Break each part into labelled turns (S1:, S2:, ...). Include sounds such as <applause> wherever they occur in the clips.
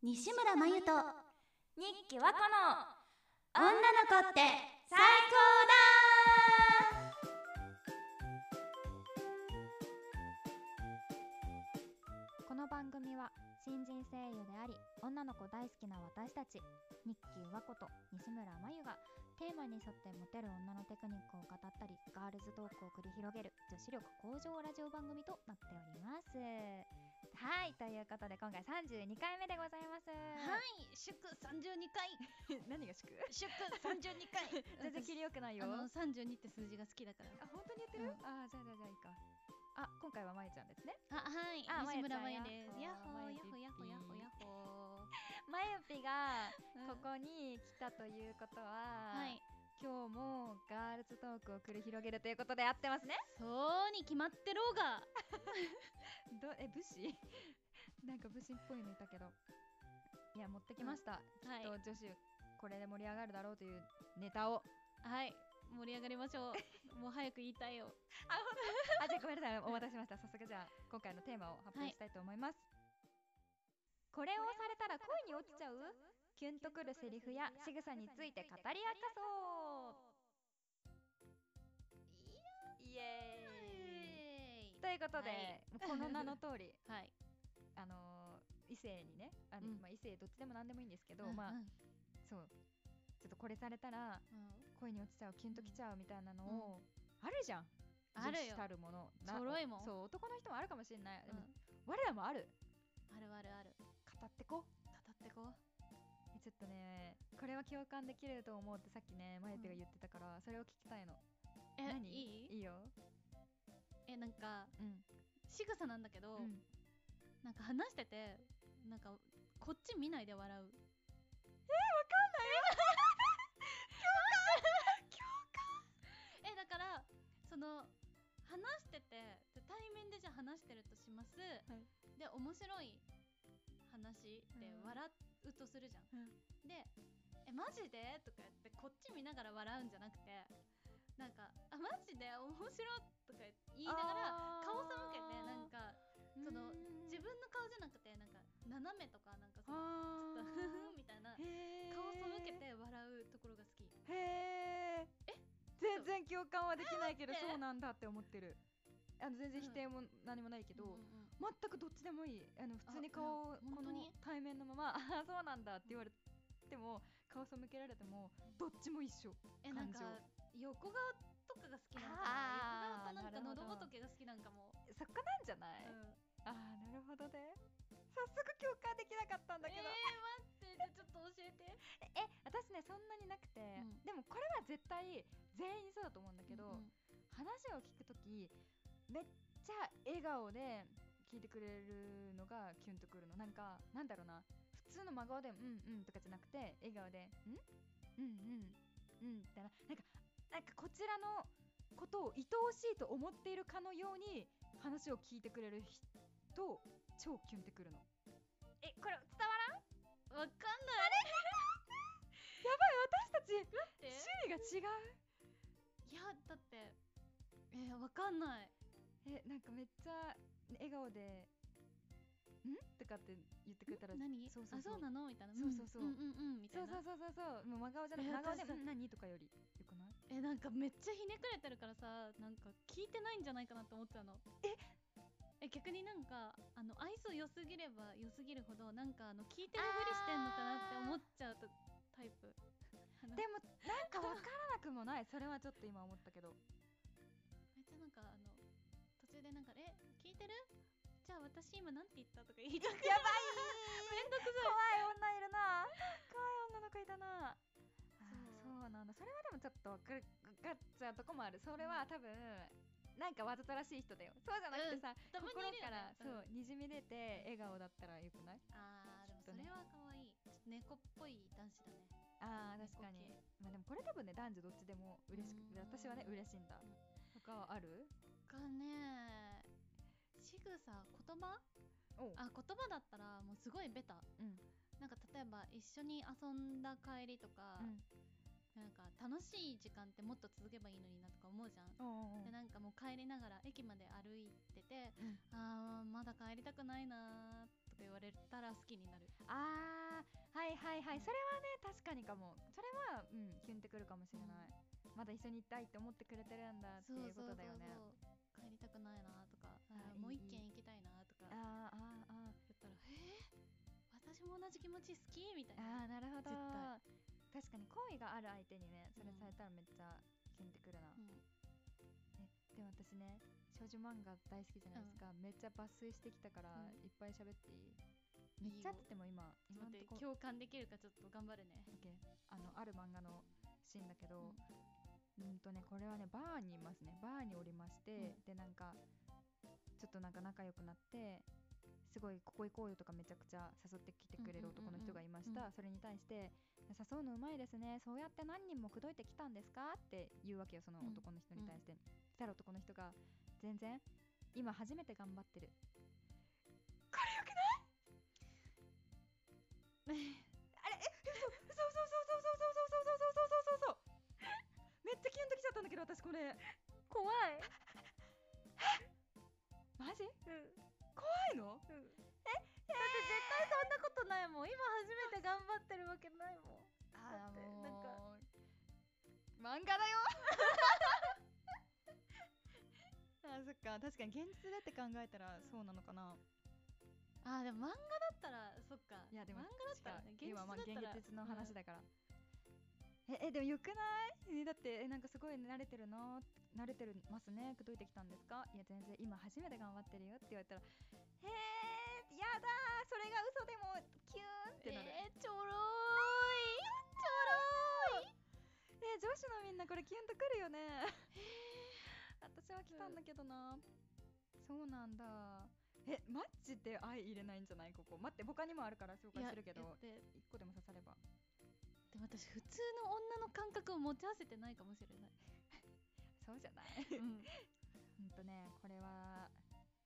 S1: 西村真由と
S2: 日記はこの
S1: 女の子って
S2: 最高だ
S3: この番組は新人声優であり女の子大好きな私たち日給和子と西村真由がテーマに沿ってモテる女のテクニックを語ったりガールズトークを繰り広げる女子力向上ラジオ番組となっておりますはいということで今回32回目でございます
S4: はい、祝三十二回、
S3: い <laughs> 何が祝
S4: 祝 <laughs> 三十二回。
S3: 全然切りよくないよ
S4: あの
S3: あ
S4: 三十二って数字が好きだから。
S3: 本当に言ってる、あじゃあじゃあじゃあいいかあ今回はまゆちゃんですね
S4: あ、はい
S3: あ
S4: 西村ま
S3: まゆ
S4: ゆ
S3: ちゃん
S4: です。
S3: や
S4: や
S3: っ
S4: っ
S3: ほ
S4: ほ
S3: ー
S4: ー、やっほー、やっほー、やっほー、やっほ
S3: <laughs> まゆぴが
S4: ー。
S3: ここに来たということは、
S4: はい、
S3: 今日もガールズトークを繰り広げるということで合ってますね
S4: そうに決まってろうが。
S3: どえ武士 <laughs> なんか武士っぽいのいたけどいや持ってきました、
S4: はい
S3: と、女子これで盛り上がるだろうというネタ <laughs> を
S4: はい、盛り上がりましょ <laughs> う。もう早く言いたいよ。
S3: あじゃあごめんなさいお待たせしました早速じゃあ今回のテーマを発表したいと思います、これをされたら恋に落ちちゃうキュンとくるセリフや仕草について語り明かそう
S4: イ
S3: イエ
S4: エーイ
S3: ということで、
S4: はい
S3: もうこの名の通 <laughs> り
S4: はい。
S3: あのー異性にねあの、
S4: うん
S3: まあ、異性どっちでも何でもいいんですけど、
S4: ん
S3: まあ
S4: ん
S3: そうちょっとこれされたら
S4: うん
S3: 恋に落ちちゃうキュンときちゃうみたいなのを、あるじゃん
S4: あるよ
S3: 女子たるものな
S4: 揃いもん
S3: そう男の人もあるかもしれない、で
S4: う
S3: も
S4: ん
S3: 我らもある
S4: あるあるある。
S3: 語ってこ
S4: 語ってこう。
S3: えちょっとねこれは共感できると思うってさっきねまゆぴが言ってたから、それを聞きたいの
S4: え、
S3: 何
S4: いい
S3: いいよ
S4: え、なんか、
S3: うん、
S4: 仕草なんだけど、
S3: うん
S4: なんか話してて、なんか、こっち見ないで笑う。え、わかんないよ共感共感え、だから、その、話してて、で対面でじゃあ話してるとします。で、面白い話で
S3: うん
S4: 笑うとするじゃん。
S3: うん
S4: で、え、マジでとか言って、こっち見ながら笑うんじゃなくて、なんか、あ、マジで面白いとか言いながら、顔さ向けて、なんか、その自分の顔じゃなくてなんか斜めとかなんかそのちょっと
S3: あ
S4: <laughs> ふふんみたいな顔を背けて笑うところが好き
S3: へえ全然共感はできないけど
S4: えー待って
S3: そうなんだって思ってるあの全然否定も何もないけ
S4: け
S3: ど、全くどっちでもいいあの普通に顔
S4: い
S3: を
S4: や
S3: こ
S4: 本当
S3: の
S4: に
S3: 対面のまま「ああそうなんだ」って言われても顔背けられてもどっちも一緒
S4: えなんか
S3: 感
S4: 横顔とかが好きなのかな
S3: あー
S4: 横顔となんか
S3: なるほ
S4: 喉
S3: ど
S4: 仏が好きなんかも
S3: 作家なんじゃない、
S4: うん
S3: ああなるほどね早速共感できなかったんだけど、
S4: えー待ってちょっと教えて
S3: え私ねそんなになくて、
S4: うん
S3: でもこれは絶対全員そうだと思うんだけど、
S4: うんうん
S3: 話を聞くときめっちゃ笑顔で聞いてくれるのがキュンとくるのなんかなんだろうな普通の真顔で「うんうん」とかじゃなくて笑顔で「んうんうんうん」みたいななんかなんかこちらのことを愛おしいと思っているかのように話を聞いてくれる人超キュンってくるのえこれ伝わ
S4: わか
S3: らん
S4: んない
S3: 私たち
S4: って
S3: 趣味が違う
S4: いやだってえーわかんない
S3: えなんかめっちゃ笑顔で「ん?」とかって言ってくれたら
S4: 何
S3: そうそう
S4: あ
S3: そう
S4: そうなのみたいな
S3: そうそうそう
S4: うんうんうんみたいう
S3: そそ
S4: な
S3: うそうそうそうもう真顔じゃなく
S4: え
S3: 真顔で
S4: 私
S3: も「うん何?」とかよりよくない
S4: えなんかめっちゃひねくれてるからさなんか聞いてないんじゃないかなと思ってたのえ逆になんかあの愛想良すぎれば良すぎるほどなんかあの聞いてるふりしてんのかなって思っちゃうとタイプあの
S3: でもなんか分からなくもないそれはちょっと今思ったけ
S4: <laughs>
S3: ど
S4: めっちゃなんかあの途中でなんか「え聞いてるじゃあ私今なんて言った?」とか言いたくなるめんどくさい
S3: 怖い女いるな怖い女の子いたな
S4: そ
S3: そううそうなんだそれはでもちょっと分かる分かっちゃうとこもあるそれは多分なんかわざとらしい人だよそうじゃなくてさ、
S4: たまにいるよね
S3: <laughs> 心から
S4: うん
S3: そうにじみ出て笑顔だったらよくない
S4: あーでも
S3: ちょ
S4: それ
S3: っとね
S4: は可愛いちょっと猫っぽい男子だね
S3: あー
S4: 猫
S3: 確かに
S4: 系
S3: まあでもこれ多分ね男女どっちでも嬉し
S4: う
S3: く
S4: ーん
S3: 私はね嬉しいんだ
S4: うん
S3: 他はある
S4: がね仕草言葉
S3: お
S4: あ言葉だったらもうすごいベタ
S3: うん
S4: なんか例えば一緒に遊んだ帰りとか、なんか楽しい時間ってもっと続けばいいのになとか思うじゃん、
S3: おうおうおう
S4: でなんかもう帰りながら駅まで歩いてて、
S3: うん
S4: あーまだ帰りたくないなーとか言われたら好きになる
S3: あはいはいそれはね確かにかもそれはうんキュンってくるかもしれない、まだ一緒にいたいって思ってくれてるんだっていうことだよね
S4: そうそうそう帰りたくないなとか
S3: あ
S4: あ
S3: いい
S4: もう一
S3: いい
S4: 軒行きたいなとか言っ
S3: あーあーあー
S4: たらえー、私も同じ気持ち好きみたいな
S3: あーなるほど
S4: 絶
S3: 確かに好意がある相手にねそれされたらめっちゃキュンってくるな、
S4: うん
S3: でも私ね少女漫画大好きじゃないですか、めっちゃ抜粋してきたから、
S4: うん
S3: いっぱい喋っていい
S4: い
S3: め
S4: い
S3: っ
S4: よ
S3: ちゃって言っても今
S4: ちょっと
S3: 今ん
S4: 待って
S3: とこ
S4: 共感できるかちょっと頑張るね
S3: OK あのある漫画のシーンだけど、うんとねこれはねバーにいますねバーにおりまして、でなんかちょっとなんか仲良くなってすごいここ行こうよとかめちゃくちゃ誘ってきてくれる
S4: うんうん
S3: 男
S4: うんうん
S3: の人がいました、
S4: う
S3: それに対して「誘うのうまいですねそうやって何人も口説いてきたんですか?」って言うわけよその
S4: うん
S3: 男の人に対して、したら男の人が「全然今初めて頑張ってる」 <laughs> あれえ嘘嘘嘘嘘嘘嘘嘘嘘嘘嘘嘘嘘 <laughs> めっちゃキュンときちゃったんだけど私これ
S2: 怖い
S3: マジ
S2: うん
S3: 怖いの
S2: そんなことないもん今初めて頑張ってるわけないもんだってなんか
S3: 漫画だよ <laughs> あそっか確かに現実だって考えたらそうなのかな
S4: あーでも漫画だったらそっか
S3: いやでも
S4: 漫画だったらね
S3: 違う今まあ現
S4: 現実だったら
S3: 実の話だから、ええでもよくないえだってえなんかすごい慣れてるな慣れてるますねくどいてきたんですかいや全然今初めて頑張ってるよって言われたらへえやだーそれが嘘でもキューンってなる、
S4: えー、ちょろ
S3: え女子のみんなこれキュンとくるよね <laughs> 私は来たんだけどな、そうなんだえマッチで愛入れないんじゃないここ待って他にもあるから紹
S4: ーい
S3: 介
S4: や
S3: するけ
S4: やっ
S3: ど
S4: て
S3: 一個でも刺されば
S4: でも私普通の女の感覚を持ち合わせてないかもしれ
S3: <laughs>
S4: ない、
S3: そうじゃないうんとねこれは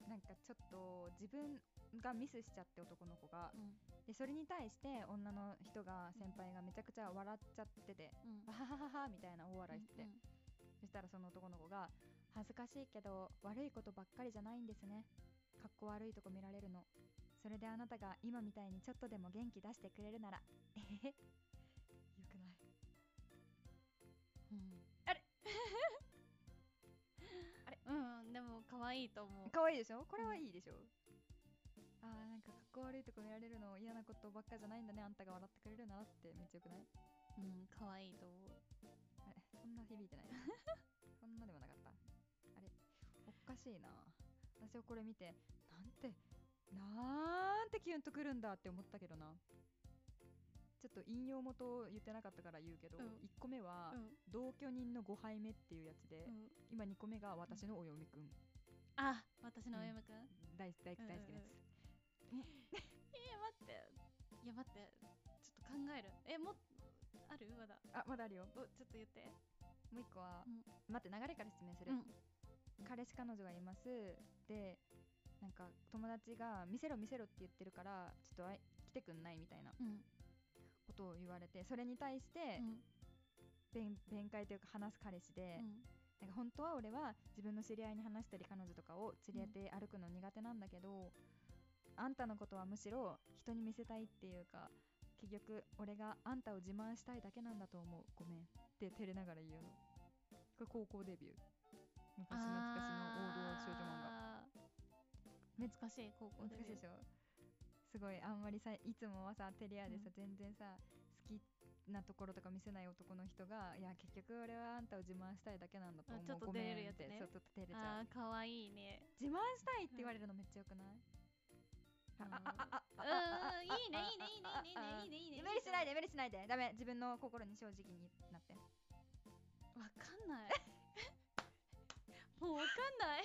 S3: なんかちょっと自分がミスしちゃって男の子が
S4: うん
S3: でそれに対して女の人が先輩がめちゃくちゃ笑っちゃってて
S4: うん
S3: わははははみたいな大笑いしてて、
S4: うんうん
S3: そしたらその男の子が恥ずかしいけど悪いことばっかりじゃないんですねかっこ悪いとこ見られるのそれであなたが今みたいにちょっとでも元気出してくれるならえへへよくない
S4: あれうんでも可愛いと思う
S3: 可愛いでしょこれはいいでしょ、あーなんかかっこ悪いとこ見られるの嫌なことばっかじゃないんだねあんたが笑ってくれるならってめっちゃよくない
S4: うん可愛いと思う
S3: あれそんな響いてない <laughs> そんなでもなかったあれおかしいな私はこれ見てなんてなんてキュンとくるんだって思ったけどなちょっと引用元を言ってなかったから言うけど、
S4: うん
S3: 1個目は、
S4: うん
S3: 同居人の5杯目っていうやつで、
S4: うん
S3: 今2個目が私のお嫁くん
S4: あ私のお嫁くん、
S3: 大大大好きなやつ、
S4: えー、待っていや待ってちょっと考えるえもっあるまだ
S3: あまだあるよ
S4: おちょっと言って
S3: もう1個は、
S4: うん
S3: 待って流れから説明する、
S4: うん
S3: 彼氏彼女がいますでなんか友達が「見せろ見せろ」って言ってるからちょっとあい来てくんないみたいな
S4: うん
S3: ことを言われてそれに対して
S4: うん
S3: 弁弁解というか話す彼氏で、
S4: うん
S3: なんか本当は俺は自分の知り合いに話したり彼女とかを連れて歩くの苦手なんだけど、あんたのことはむしろ人に見せたいっていうか結局俺があんたを自慢したいだけなんだと思うごめんって照れながら言うのこれ高校デビュー昔懐かしの王道少女漫画
S4: 漫画懐かしい高校
S3: 難しいでしょすごいあんまりさいつもはさ照れ屋でさ、全然さ好きなところとか見せない男の人がいや結局俺はあんたを自慢したいだけなんだと思う
S4: あちょっと
S3: ごめん
S4: 照れるやつね
S3: ってそうちょっと照れち
S4: あ
S3: ゃう
S4: ー可愛いね
S3: 自慢したいって言われるのめっちゃよくない、
S4: うん
S3: ああああ
S4: うんいいねいいねいいねいいねいいねいいね
S3: 無理しない
S4: で
S3: で無理しないでダメ自分の心に正直になって
S4: わかんないもうわかんない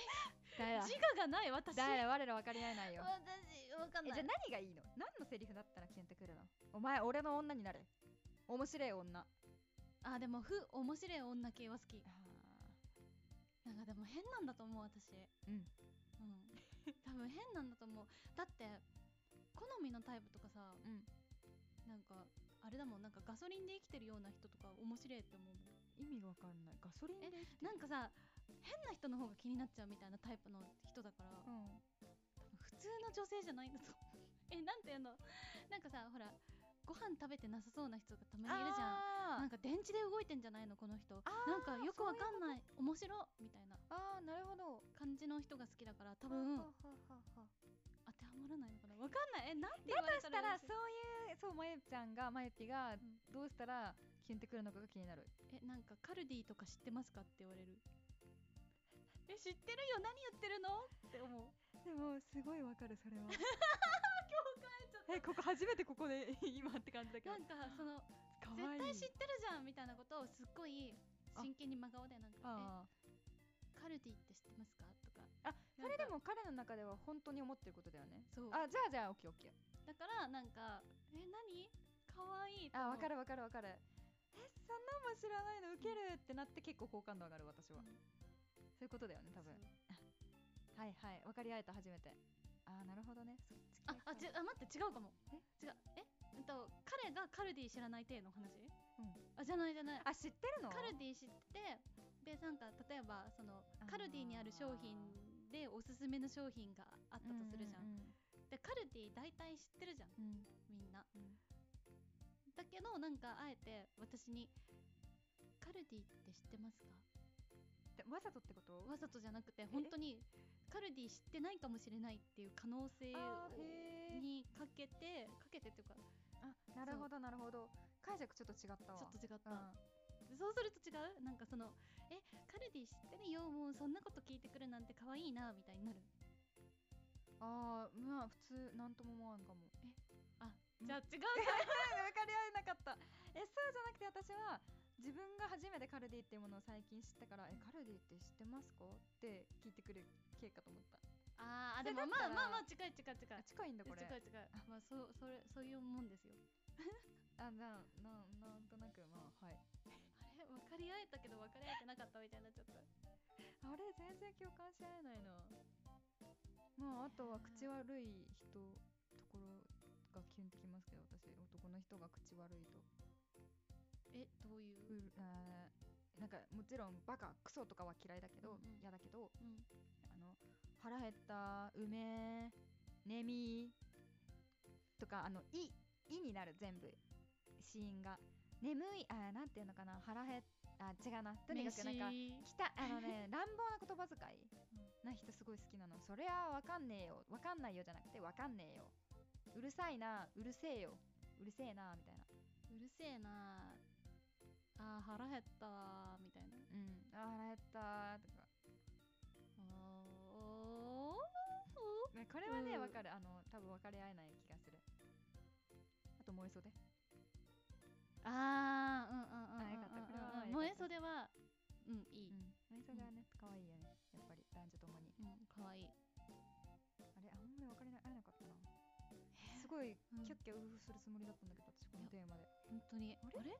S3: だ
S4: 自我がない私
S3: だだ我ら分かり合えないよ
S4: 私わかん
S3: え
S4: な
S3: じゃ
S4: い
S3: あ何がいいの何のセリフだったらキュンってくるのお前俺の女になれ面白い女
S4: あでもふ面白い女系は好きなんかでも変なんだと思う私
S3: うん
S4: うん多分変なんだと思うだって好みのタイプとかさ
S3: うん
S4: なんかあれだもんなんかガソリンで生きてるような人とか面白いって思うもん
S3: 意味がわかんないガソリンで生きてる
S4: なんかさ変な人の方が気になっちゃうみたいなタイプの人だから、
S3: うん
S4: <laughs> 普通の女性じゃないんだと思うえなんていうのなんかさほらご飯ん食べてなさそうな人がたまにいるじゃんなんか電池で動いてんじゃないのこの人なんかよくわかんない面白みたいな
S3: あーあーなるほど
S4: 感じの人が好きだから多
S2: は
S4: 分
S2: はははは
S4: 当てはまらないのかなわかんないえなんて言わ
S3: だ
S4: れ
S3: と
S4: た
S3: した
S4: ら
S3: ら
S4: 嬉し
S3: そ
S4: いう
S3: いうそうまゆちゃんがまゆぴが
S4: ん
S3: どうしたらキュンってくるのかが気になる
S4: えなんかカルディとか知ってますかって言われるえ知ってるよ何言ってるのって思う
S3: でもすごいわかるそれ
S4: <laughs>
S3: は <laughs> えここ初めてここで <laughs> 今って感じだけど
S4: なんかその
S3: か
S4: 絶
S3: わいい
S4: 対知ってるじゃんみたいなことをすっごい真剣に真顔でなんか
S3: あ
S4: 「えカルディって知ってますか?」とか
S3: ああ
S4: な
S3: そ
S4: ん
S3: れ
S4: か
S3: でも彼の中では本当に思ってることだよね
S4: そう
S3: あじゃあじゃあオッケーオッケー
S4: だからなんか「え何かわいい」
S3: あわか
S4: る
S3: るわかるわかるえそんなんも知らないのウケるってなって結構好感度上がる私は、
S4: うん
S3: そういうことだよね多分 <laughs> はいはい分かり合えた初めてああなるほどねそっち系
S4: ああ
S3: か
S4: じあ待って違うかも違うえうんと彼がカルディ知らない体の話、
S3: ん
S4: あじゃないじゃない
S3: あ知ってるの
S4: カルディ知っててでなんか例えばその
S3: あー
S4: カルディにある商品でおすすめの商品があったとするじゃん,、
S3: う
S4: でカルディ大体知ってるじゃん
S3: うんうん
S4: みんな、
S3: うん
S4: だけどなんかあえて私に「カルディって知ってますか?
S3: でわざとってこと」
S4: わざとじゃなくて本当にカルディ知ってないかもしれないっていう可能性
S3: あー
S4: を
S3: へー
S4: にかけてかけてっていうかち
S3: あなるほどなるほど解釈ちょっと違ったわ
S4: ょっと違った、
S3: うん
S4: でそうすると違うなんかその「えカルディ知ってるよもうそんなこと聞いてくるなんて可愛いな」みたいになる
S3: あーまあ普通なんとも思わんかもうん
S4: じゃあ違う
S3: <laughs> 分かり合えなかったえそうじゃなくて私は自分が初めてカルディっていうものを最近知ったから「えカルディって知ってますか?」って聞いてくる系かと思った
S4: あー
S3: そ
S4: で
S3: れだ
S4: も
S3: った
S4: まあ
S3: ら
S4: まあまあ近い近い近
S3: あ
S4: い
S3: 近いんだこれ
S4: 近い近
S3: <laughs>
S4: いまあそうそれそういうもんですよ
S3: あなななんとなくまあはい
S4: あれ分かり合えたけど分かり合えてなかったみたいになっちゃった
S3: あれ全然共感し合えないなまああとは口悪い人ところがキュンってきますけど私男の人が口悪いと
S4: えどういう
S3: うるあーなんかもちろんバカクソとかは嫌いだけど
S4: うんうん
S3: 嫌、だけど
S4: うん
S3: あの腹減ったうめえねみとかあの「い」「い」になる全部死因が眠いあーなんていうのかな腹減っあ違うなとにかくなんか
S4: 飯
S3: きたあ
S4: <laughs>
S3: のね乱暴な言葉遣いな人すごい好きなのそりゃわかんねえよわかんないよじゃなくてわかんねえようるさいなうるせえようるせえなみたいな
S4: うるせえなあー腹減ったわーみたいな
S3: うんあー腹減ったとか
S4: おーお
S3: ねこれはね
S4: うん
S3: わかるあの多分分かり合えない気がするあと燃えそうで
S4: ーあーうんうんうん
S3: あよかったこれはよかった
S4: 萌え袖はうんいい、
S3: うん、それはね、可愛いよね、やっぱり男女ともに。
S4: うん、かわいい。
S3: あれ、あんまり分かり合えなかったな。すごい、
S4: うん
S3: キャッキャウフフするつもりだったんだけど、私、このテーマで。
S4: 本当に。あれ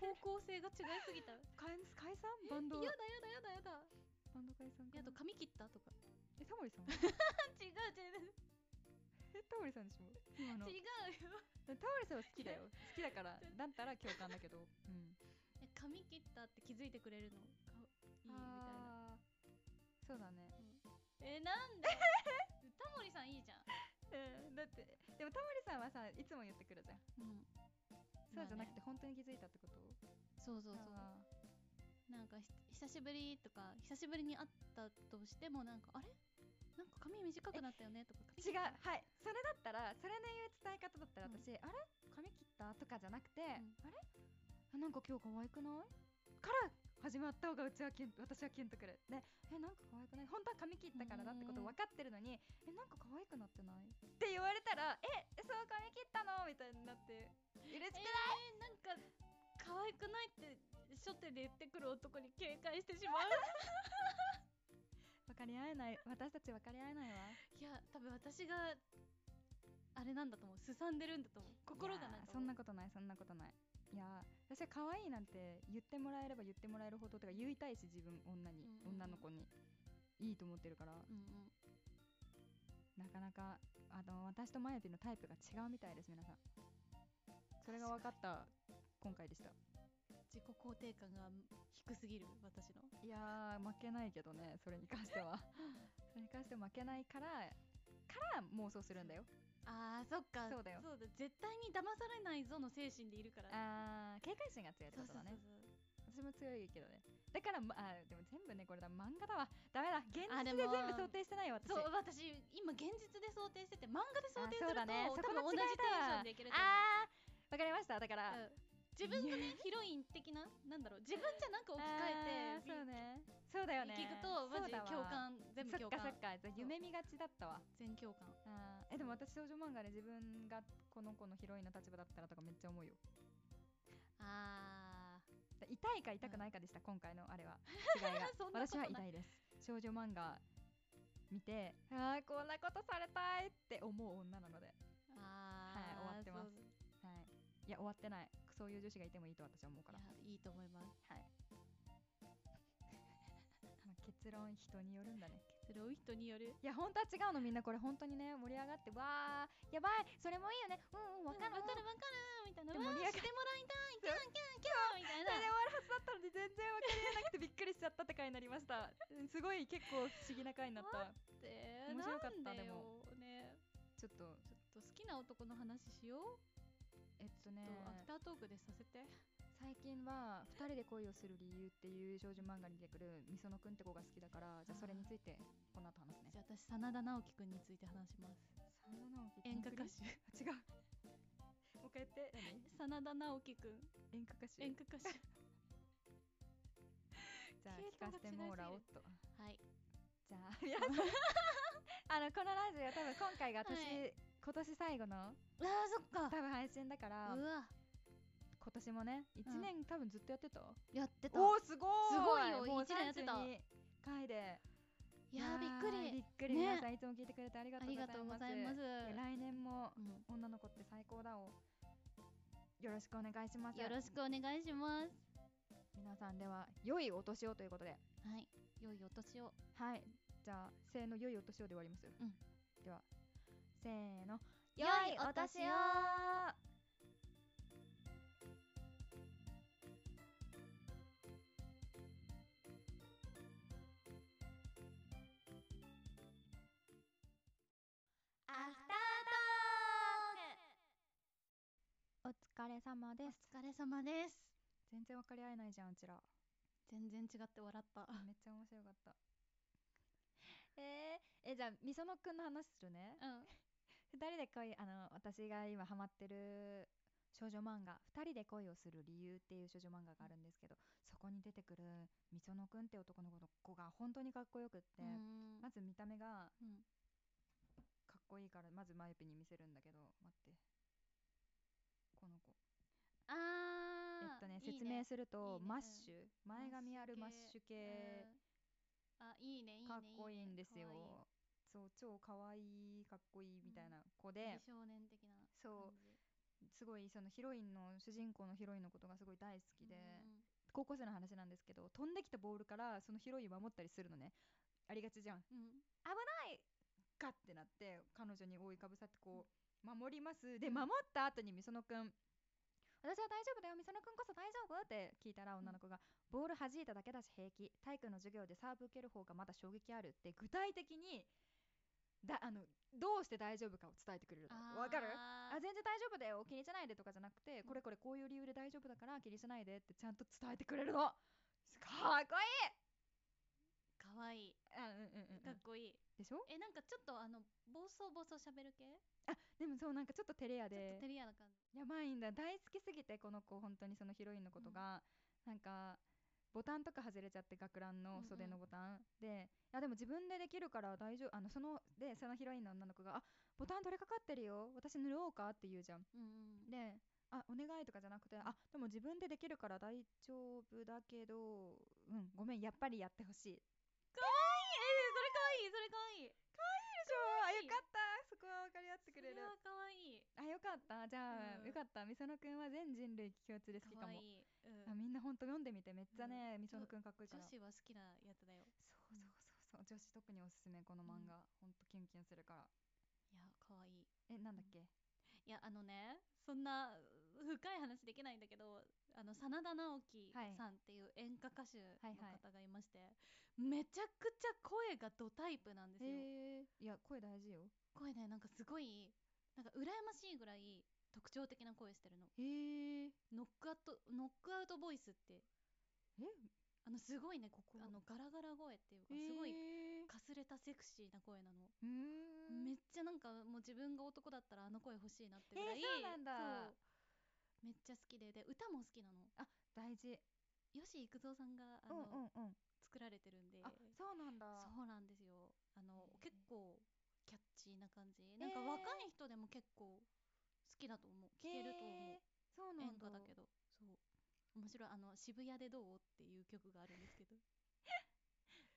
S4: 方向性が違いすぎ <laughs> た。や
S3: 解解散バンド、
S4: だやだやだやだ。
S3: バンド解散か
S4: あと
S3: な。
S4: 髪切ったとか。
S3: え、タモリ <laughs> さん
S4: 違う違
S3: え、タモリさんでしょ今の
S4: う違う。違うよ。
S3: タモリさんは好きだよ。好きだ <laughs> から、だったら共感だけど。 <laughs> うん。
S4: え髪切ったって気づいてくれるのかいいみたいな。
S3: あーそうだね。
S4: えなんで <laughs> タモリさんいいじゃん。
S3: だって、でもタモリさんはさ、いつも言ってくるじゃん。
S4: うん。
S3: そうじゃなく
S4: て。
S3: て、本当に気づいたってこと
S4: そうそうそう。
S3: あ
S4: なんかひ久しぶりとか久しぶりに会ったとしてもなんかあれなんか髪短くなったよねとか
S3: 違うはいそれだったらそれの言う伝え方だったら
S4: うん
S3: 私、あれ髪切ったとかじゃなくて、
S4: ん
S3: あれあなんか今日可愛くないから始まった方がうちはキュン私はキュンとくるでえなんか可愛くない本当は髪切ったからだってこと
S4: うん
S3: 分かってるのにえなんか可愛くなってないって言われたらえそう髪切ったのみたいになって嬉しくない、
S4: えーなんか可愛くないって初手で言ってくる男に警戒してしまう
S3: 分かり合えない私たち分かり合えないわ
S4: いや多分私があれなんだと思うすさんでるんだと思う心がなん
S3: い
S4: か
S3: やーそんなことないそんなことないいやー私は可愛いなんて言ってもらえれば言ってもらえるほどとか言いたいし自分女に、
S4: うんうんうん
S3: 女の子にいいと思ってるから
S4: うんうん
S3: なかなかあの私とマヤピのタイプが違うみたいです皆さんそれが分かった今回でした
S4: 自己肯定感が低すぎる私の
S3: いやー負けないけど
S4: <laughs>
S3: ねそれに関してはそれに関して負けないからから妄想するんだよ
S4: あーそっか
S3: そうだよ
S4: そうだ絶対に騙されないぞの精神でいるから
S3: あー警戒心が強いってことだね私も強いけどねだから、ま、あーでも全部ねこれだ漫画だわダメだ現
S4: あーで
S3: 実
S4: も
S3: で全部想定してないわ私
S4: そう私今現実で想定してて漫画で想定す
S3: あそう
S4: る
S3: だ
S4: と、
S3: ねそこ
S4: 多
S3: の
S4: 分同
S3: 違い
S4: じテンシ
S3: だ
S4: ョンでいけると思う
S3: あーわかりましただから、
S4: うん自分がねヒロイン的ななんだろう自分じゃなく置き換えて
S3: あーそうねそうだよね
S4: 聞くとマジ
S3: そうだわ
S4: 共感全部
S3: そ
S4: 共
S3: っかそ
S4: 感
S3: っかじゃあ夢見がちだったわ
S4: 全共感
S3: あーえでも私少女漫画で自分がこの子のヒロインの立場だったらとかめっちゃ思うよ
S4: あ
S3: だ痛いか痛くないかでした、今回のあれは違いが
S4: <laughs> そんなことない
S3: 私は痛いです少女漫画見てあーこんなことされたいって思う女なので、
S4: ーあー
S3: はい終わってます
S4: そうい
S3: はい、いや終わってないそういう女子がいてもいいと私は思うから、
S4: や
S3: ま
S4: いいと思います
S3: あ結論人によるんだね
S4: それを人による
S3: いや本当は違うのみんなこれ本当にね盛り上がってわーやばいそれもいいよねうんうんわかる
S4: わか
S3: わかる
S4: るわかるみたいな
S3: で
S4: わ
S3: も盛り
S4: ー
S3: 上
S4: し
S3: がっ
S4: てもらいたいキャンキャンキャンみたいな
S3: それで終わるはずだったのに全然わかりえなくてびっくりしちゃったって回になりましたうんすごい結構不思議な回になった
S4: って
S3: 面白かった
S4: なん
S3: で
S4: で
S3: も
S4: よね
S3: ちょっと
S4: ちょっと好きな男の話しよう
S3: えっとね
S4: とアフタートークでさせて
S3: 最近は2人で恋をする理由っていう少女漫画に出てくるみそのくんって子が好きだからじゃあそれについてこの後話すね
S4: じゃあ私真田直樹くんについて話します演歌歌手
S3: 違う <laughs> もう一回やって何
S4: 真田直樹くん
S3: 演歌歌手
S4: 演歌歌手
S3: じゃあ
S4: 系
S3: 聞か
S4: 統
S3: せ
S4: が違いすぎ
S3: て
S4: る
S3: もらおうっと
S4: はい
S3: じゃあ皆
S4: <laughs>
S3: さんあのこのラジオ多分今回が私、
S4: は
S3: 今年最後の
S4: あそっか
S3: 多分配信だから
S4: う
S3: 今
S4: わ
S3: 年もね1
S4: うん
S3: 年多分ずっとやってた、
S4: やってた
S3: おおすごい
S4: すごいよ
S3: もう
S4: 一年やってた
S3: 32回で
S4: いやーびっく
S3: び
S4: り
S3: っくり、
S4: ね
S3: 皆さんいつも聞いてくれてありが
S4: あ
S3: とう
S4: り
S3: ござい
S4: がとうご
S3: ます
S4: ざいます
S3: いや来年も
S4: うん
S3: 女の子って最高だをよろしくお願いします
S4: よろしくお願いします
S3: 皆さんでは良いお年をということで
S4: はい良いお年を
S3: はいじゃあせーの良いお年をで終わります、
S4: うん
S3: ではせーの
S1: 良いお年をアフター
S3: お疲れ様です
S4: お疲れ様です
S3: 全然分かり合えないじゃんうちら
S4: 全然違って笑った
S3: めっちゃ面白かった <laughs> えー、えじゃあみそのくんの話するね
S4: うん
S3: 二人で恋あの私が今ハマってる少女漫画「二人で恋をする理由」っていう少女漫画があるんですけどそこに出てくるみそのくんって男の子の子が本当にかっこよくって、
S4: うん
S3: まず見た目が
S4: うん
S3: かっこいいからまずマユピに見せるんだけど待ってこの子
S4: あ
S3: え
S4: ー
S3: っとね
S4: いい
S3: 説明すると
S4: いいね
S3: マッシュ前髪あるマッシュ系
S4: うんあいいねいいね
S3: かっこいいんですよ
S4: いいね
S3: そう超かわいいかっこいいみたいな
S4: 可
S3: 子
S4: 愛い
S3: で
S4: 美少年的な
S3: そうすごいそのヒロインの主人公のヒロインのことがすごい大好きで、
S4: う
S3: 高校生の話なんですけど飛んできたボールからそのヒロイン守ったりするのねありがちじゃん
S4: んうん
S3: ガッてなって彼女に覆いかぶさってこう守りますで守った後にみそのくん私は大丈夫だよみそのくんこそ大丈夫って聞いたら女の子が、ボール弾いただけだし平気体育の授業でサーブ受ける方がまだ衝撃あるって具体的にだあのどうして大丈夫かを伝えてくれるのわかるあ
S4: あー
S3: 全然大丈夫だよ気にしないでとかじゃなくてこれこれこういう理由で大丈夫だから気にしないでってちゃんと伝えてくれるのかっこいい
S4: 可愛い
S3: あうんうんうんう
S4: かっ
S3: ん
S4: こいい
S3: でしょ
S4: えなんかちょっとあの暴走暴走喋る系
S3: でもそうなんかちょっと照れ屋
S4: ちょっ
S3: で
S4: と照れ屋な感じ
S3: やばいんだ大好きすぎてこの子本当にそのヒロインのことが、なんかボタンとか外れちゃって学ラン
S4: うん
S3: の
S4: うん
S3: 袖のボタン、であでも自分でできるから大丈夫あのそのでそのヒロインの女の子が「あボタン取れかかってるよ私塗ろうか?」って言うじゃん
S4: うん
S3: で「あお願い」とかじゃなくて「あでも自分でできるから大丈夫だけどうんごめんやっぱりやってほしい」
S4: いいそれ可愛い
S3: でしょあよかったそこは分かり合って
S4: それは可愛い
S3: あよかったじゃ
S4: う
S3: あ、
S4: ん
S3: よかったみそのくんは全人類共通で好き
S4: 可
S3: か
S4: 愛
S3: も
S4: いうん
S3: あみんなほんと読んでみてめっちゃね、みそのくんかっこいいか
S4: 女
S3: ら
S4: 子は好きなやつだよ
S3: そうそうそうそう女子特におすすめこの漫画、ほんとキュンキュンするから
S4: いや可愛い
S3: えなんだっけ、
S4: いやあのねそんな深い話できないんだけどあの真田直樹
S3: はい
S4: さんっていう演歌歌手
S3: はい
S4: の
S3: はい
S4: 方がいまして、めちゃくちゃ声がドタイプなんですよ、
S3: へえいや声大事よ
S4: 声ねなんかすごいなんか羨ましいぐらい特徴的な声してるの
S3: へえ
S4: ノックアウトノックアウトボイスって
S3: え
S4: あのすごいねここ
S3: こ
S4: あのガラガラ声っていうかすごい
S3: へー
S4: かすれたセクシーな声なの、
S3: うーん
S4: めっちゃなんかもう自分が男だったらあの声欲しいなって
S3: えー
S4: ぐらい、
S3: そうなん
S4: そ
S3: だ
S4: うめっちゃ好きでで歌も好きなの
S3: 大事
S4: 吉幾三さんがあ
S3: う
S4: の、
S3: んうんうん
S4: 作られてるんで
S3: あそうなんだ
S4: そうなんですよあの
S3: へー
S4: 結構キャッチーな感じなんか若い人でも結構好きだと思う聴けると思う
S3: へーそうなん
S4: 演歌
S3: だ
S4: だけどそう面白いあの「渋谷でどう?」っていう曲があるんですけど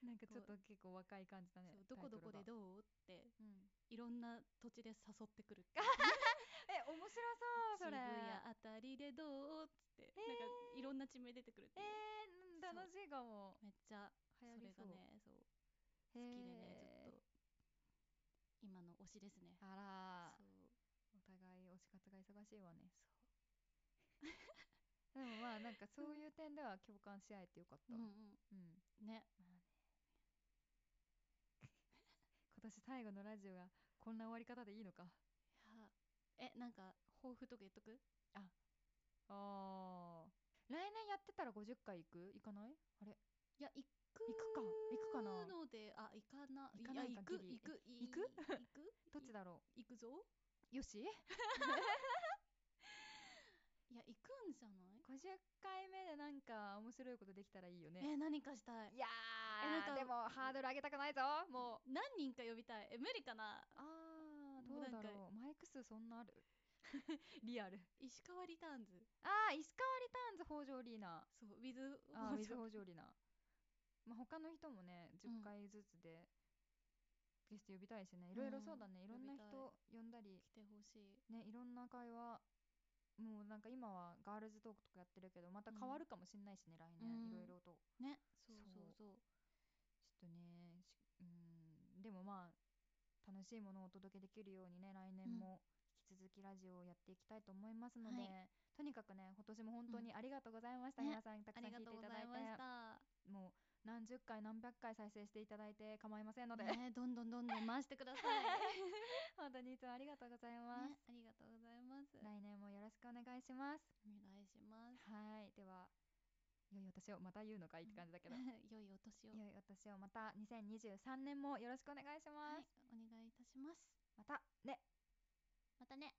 S3: なんかちょっと結構若い感じだね
S4: そうどこどこで
S3: う、
S4: どうって
S3: うん、
S4: いろんな土地で誘ってくる
S3: <laughs> え面白そうそ
S4: 渋
S3: れ
S4: 谷あたりでどうっつって、なんかいろんな地名出てくるって
S3: え
S4: いう、
S3: ー、なん楽しいかも
S4: めっちゃ
S3: 流行
S4: そ
S3: り
S4: れ
S3: そ
S4: がね
S3: う
S4: そう好きでねちょっと今の推しですね
S3: とあら
S4: そう
S3: お互い推し活が忙しいわね <laughs> でもまあなんかそういう点では共感し合えてよかった、
S4: うん
S3: うん
S4: うんね
S3: 今年最後のラジオがこんな終わり方でいいのか
S4: いやえなんか抱負とか言っとく
S3: あー来年やってたら50回行く行かないあれ
S4: いや行く
S3: 行くか行くかな
S4: のであ行かな
S3: 行かない
S4: いや
S3: か
S4: 行く
S3: ギリ
S4: 行く
S3: 行く
S4: 行く
S3: どっちだろ
S4: 行くぞ
S3: うよし
S4: いや行くんじゃない
S3: 50回目でなんか面白いことできたらいいよね
S4: え何かしたい
S3: いや
S4: えなんか
S3: でもハードル上げたくないぞもう
S4: 何人か呼びたいえ無理かな
S3: あ
S4: も
S3: ー
S4: う
S3: どう
S4: なんか
S3: だろうマイク数そんなあるリアル
S4: 石川リターンズ
S3: ああ石川リターンズ北条リーナ
S4: そう with <laughs>
S3: あーウィズ
S4: もう
S3: 北条リーナまあ他の人もね
S4: うん
S3: 10回ずつでゲスト呼びたいしねいろいろそうだ
S4: うん
S3: ねいろんな
S4: 呼びたい
S3: 人呼んだり
S4: 来てほしい
S3: ねいろんな会話もうなんか今はガールズトークとかやってるけどまた変わるかもしんないしね、来
S4: うん
S3: 年いろいろと
S4: ねそう
S3: そ
S4: そ
S3: う
S4: うそう
S3: ちょっとねしうんでもまあ楽しいものをお届けできるようにね来
S4: うん
S3: 年も引き続きラジオをやっていきたいと思いますので、
S4: はい
S3: とにかくね今年も本当にありがとうございました、
S4: ね
S3: 皆さんたく
S4: あ
S3: さ
S4: り
S3: ん
S4: が
S3: 聞い
S4: と
S3: て
S4: う
S3: い
S4: ご
S3: た
S4: ざ
S3: だい
S4: いましてた
S3: もう何十回何百回再生していただいて構いませんので、
S4: ねどんどんどんどん回してください
S3: <laughs> 本当にいつもありがとうございます、
S4: ねありがとうございます
S3: 来年もよろしくお願いします
S4: お願いします
S3: はいでは良いお年をまた言うのかいって感じだけど、
S4: 良いお年を
S3: 良いお年をまた2023年もよろしくお願いします、
S4: はいお願いいたします
S3: またね
S4: またね